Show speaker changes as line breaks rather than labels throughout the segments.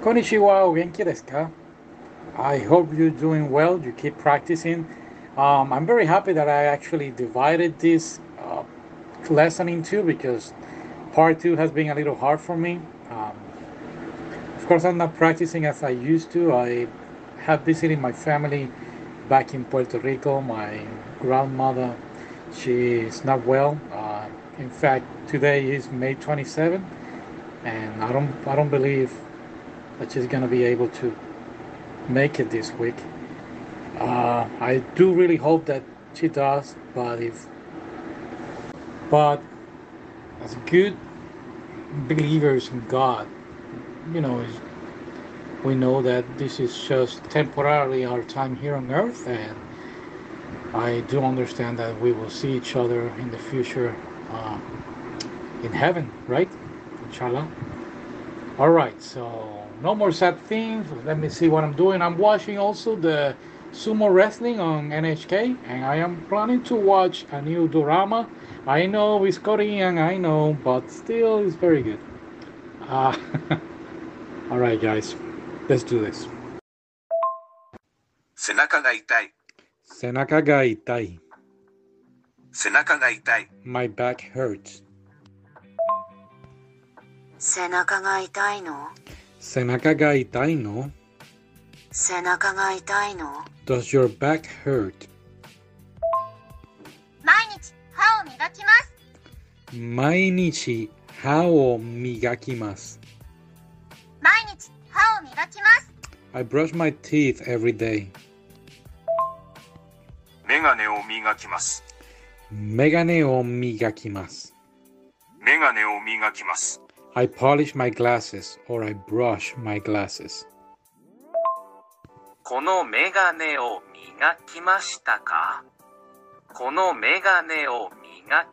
Konnichiwa, o genki desu ka? I hope you're doing well. You keep practicing. Um, I'm very happy that I actually divided this uh, lesson in two because part two has been a little hard for me. Um, of course, I'm not practicing as I used to. I have visited my family back in Puerto Rico. My grandmother, she is not well. Uh, in fact, today is May 27, and I don't, I don't believe that she's gonna be able to make it this week. Uh, I do really hope that she does, but if, but as good believers in God, you know, is- we know that this is just temporarily our time here on earth, and I do understand that we will see each other in the future uh, in heaven, right? Inshallah. All right, so no more sad things. Let me see what I'm doing. I'm watching also the sumo wrestling on NHK, and I am planning to watch a new drama. I know it's Korean, I know, but still, it's very good. Uh, all right, guys, let's do this.
背中が痛い
Senaka ga itai.
背中が痛い
My back hurts.
背中が痛いの
Senaka ga itai no?
背中が痛いの
Does your back hurt?
毎日歯を磨きます
毎日歯を磨きます。
毎日歯を磨きます
I brush my teeth every day.
メガネを磨きます
メガネを磨きます。
メガネを磨きます
I polish my glasses or I brush my glasses.
このメガネを磨きましたかこのメガネを磨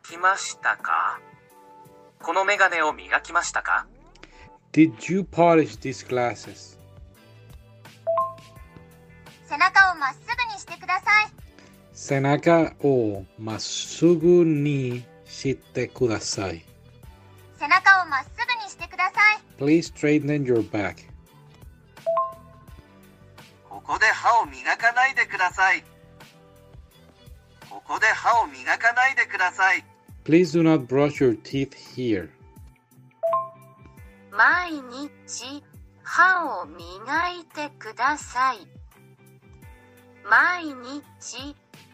きましたかこのメガネを磨きましたか
Did you polish these glasses?
背中をまっすぐにしてください
背中をまっすぐにしてください。
背中をまっすぐにしてください
Please straighten your back.
ここで歯を磨かないでくださいここで歯を磨かないでください
Please do not brush your teeth here.
毎日歯を磨いてください毎日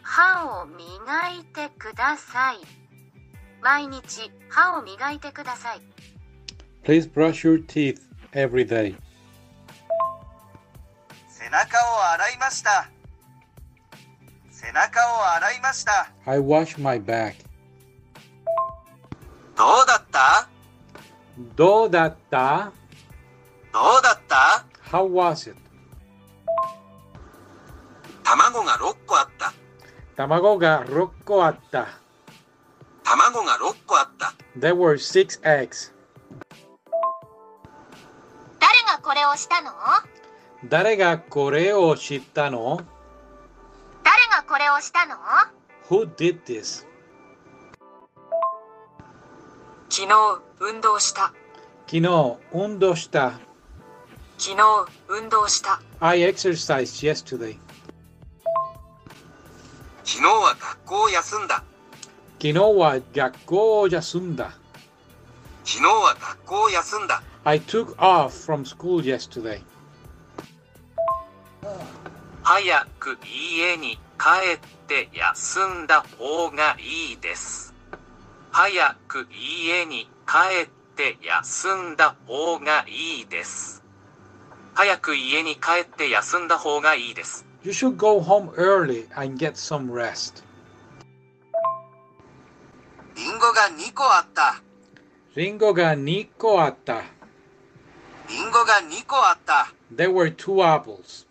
歯を磨いてください毎日歯を磨いてください
Please brush your teeth every day.
背中を洗いました背中を洗いました
I wash my back.
どうだった
どうだった
どうだった
How was it?
卵が6個あった
卵が6個あった。
卵が6個あった
There were six eggs.
誰がこれをしたの
誰がこれを知ったの
誰がこれをしたの
Who did this?
昨日運動した
昨日、運動した。
昨日運動した
I exercised yesterday.
昨日は学校を休んだ
昨日は学校を休んだ。
昨日は学校を休んだ
I took off from school yesterday.
早く家に帰って休んだ方がいいです早く家に帰って休んだ方がいいです早く家に帰って休んだ方がいいです
You should go home early and get some rest.
リンゴが2個あった
リンゴが2個あった。
リンゴが2個あった
There were two apples.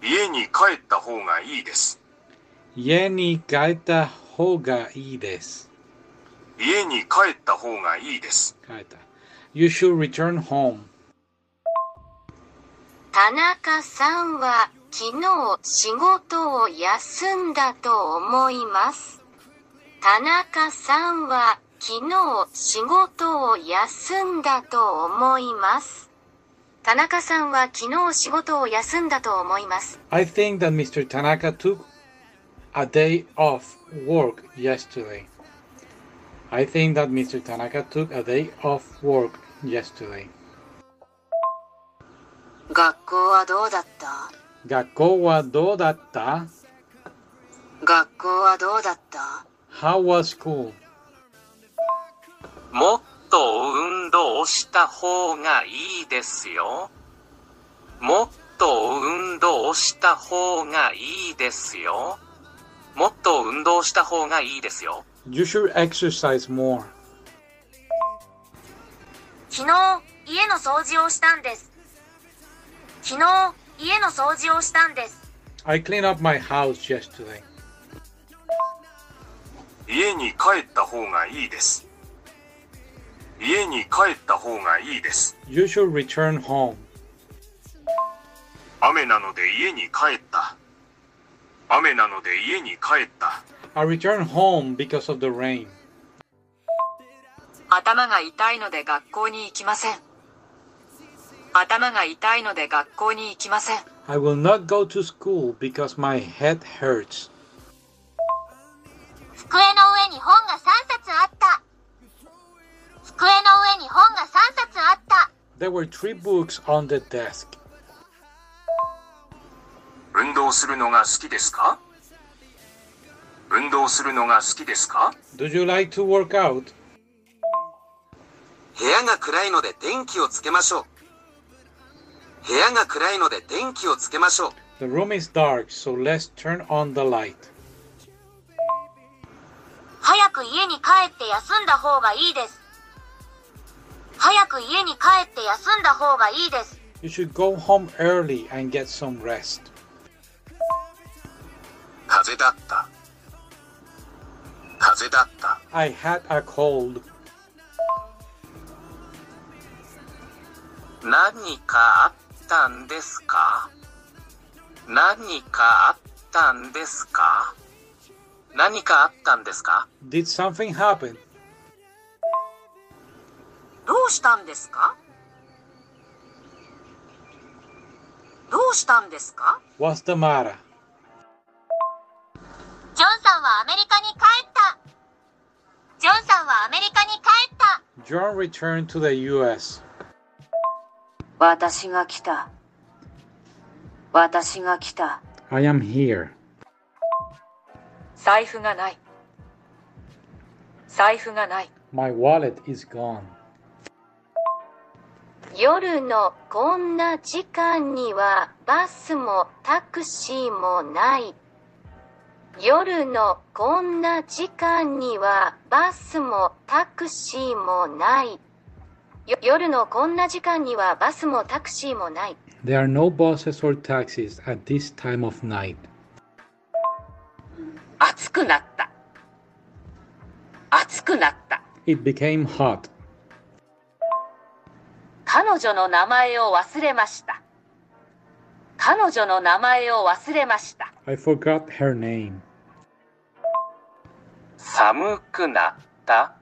家に帰った方がいいです
家に帰った方がいいです。
家に帰った方がいいです
帰った。You should return home.
田中さんは昨日仕事を休んだと思います。田中さんは昨日仕事を休んだと思います。田中さんは昨日仕事を休んだと思います。
I think that Mr. Tanaka took a day off work yesterday. I think that Mr. Tanaka took a day off work yesterday.
学校はどうだった
学校はどうだった
学校はどうだった
?How was school?
もっと運動をした方がいいですよ。もっと運動をした方がいいですよ。もっと運動した方がいいですよ。
You should exercise more.
昨日、家の掃除をしたんです。昨日、家の掃除をしたんです。
I cleaned up my house yesterday.
家に帰った方がいいです。家に帰った方がいいです。
You should return home.
雨なので家に帰った。雨なので家に帰った。
I returned home because of the rain.
頭が痛いので学校に行きません。頭が痛いので学校に行きません。
I will not go to school because my head hurts.
机の上に本が3冊あった。机の上に本が3冊あった。
There were three books on the desk.
運動するのが好きですか運動するのが好きですか
Do you like to work out?
部屋が暗いので電気をつけましょう。部屋が暗いので電気をつけましょう。
The room is dark, so let's turn on the light.
早く家に帰って休んだ方がいいです。早く家に帰って休んだ方がいいです。
You should go home early and get some rest.
風邪だった。風邪だった。
I had a cold.
何かあったんですか何かあったんですか何かあったんですか
Did something happen?
どうしたんですかどうしたんですか
What's the matter?
ジョンさんはアメリカに帰った。ジョンさんはアメリカに帰った。
John returned to the US.
私が来た。私が来た。
I am here.
財布がない。財布がない。
My wallet is gone.
夜のこんな時間にはバスもタクシーもない。夜のこんな時間にはバスもタクシーもない。よ夜のこんな時間にはバスもタクシーもない。
There are no buses or taxis at this time of night.
暑くなった。暑くなった。
It became hot.
彼女の名前を忘れました。彼女の名前を忘れました。
I forgot her name.
寒くなった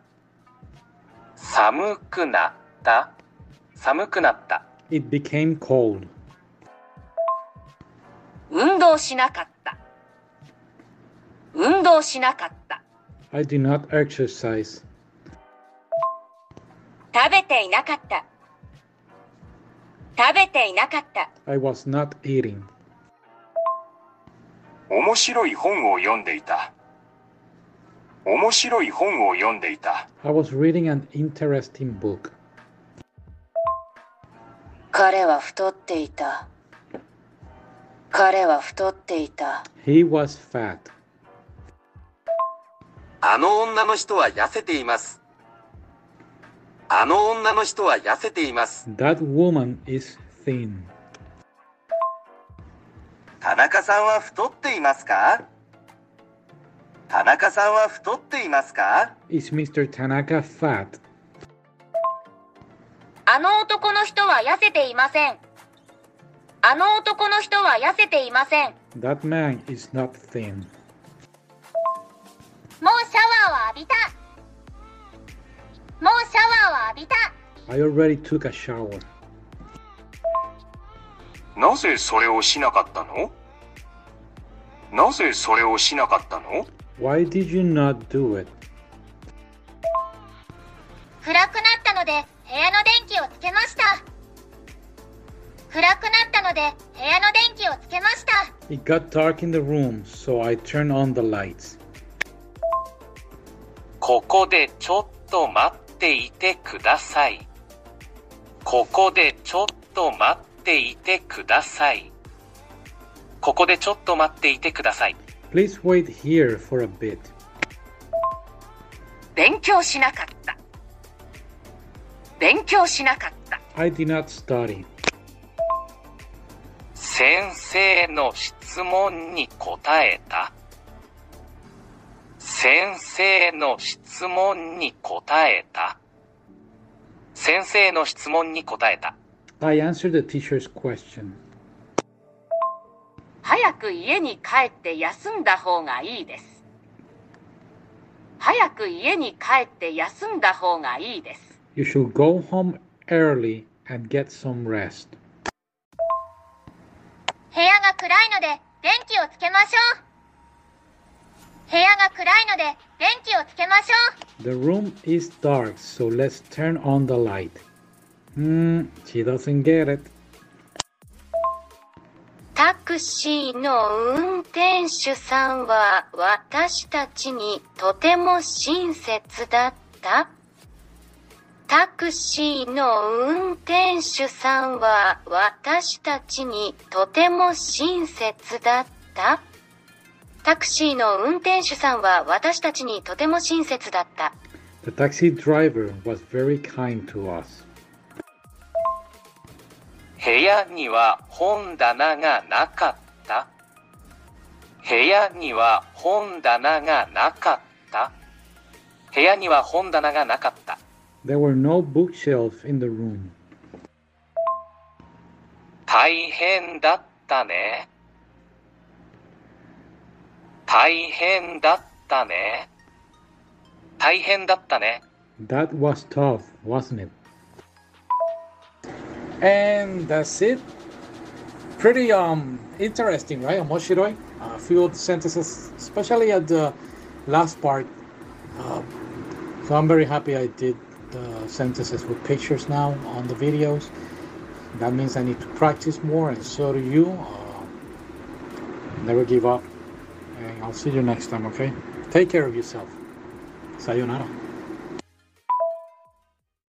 寒くなった寒くなった。
It became cold.
運動しなかった。運動しなかった。
I did not exercise.
食べていなかった。食べていなかった。
I was not eating.
面白い本を読んでいた。面白い本を読んでいた。
I was reading an interesting book.
彼は太っていた。彼は太っていた。
He was fat.
あの女の人は痩せています。あの女の人は痩せています。
That woman is thin.
田中さんは太っていますか田中さんは太っていますか
Is Mr. Tanaka fat?
あの男の人は痩せていません。あの男の人は痩せていません。も
That man is not thin.
うシャワーを浴びた。もうシャワーを浴びた
I already took a shower.
なぜそれをしなかったのなぜそれをしなかったの
Why did you not do it?
暗くなったので部屋の電気をつけました暗くなったので部屋の電気をつけました
It got dark in the room, so I turned on the lights.
ここでちょっと待っていてください。ここでちょっと待っていてください。ここでちょっと待っていてください。
Please wait here for a bit.
勉強しなかった勉強しなかった
I did not study.
先生の質問に答えた。先生の質問に答えた。先生の質問に答えた。
I answered the teacher's question.
早く家に帰って休んだ方がいいです。早く家に帰って休んだ方がいいです。
You should go home early and get some rest.
部屋が暗いので電気をつけましょう部屋が暗いので電気をつけましょう
The room is dark, so let's turn on the light. Hmm, she doesn't get it.
タクシーの運転手さんは私たちにとても親切だった。タクシーの運転手さんは私たちにとても親切だった。タクシーの運転手さんは私たちにとても親切だった。
The taxi driver was very kind to us.
部屋には本棚がなかった。部屋には本棚がなかった。部屋には本棚がなかった。
There were no bookshelves in the room.
大変だったね。大変だったね。大変だったね。
That was tough, wasn't it? And that's it. Pretty um interesting, right? Omoshiroi. A few sentences, especially at the last part. Uh, so I'm very happy I did the sentences with pictures now on the videos. That means I need to practice more, and so do you. Uh, never give up. And I'll see you next time, okay? Take care of yourself. Sayonara.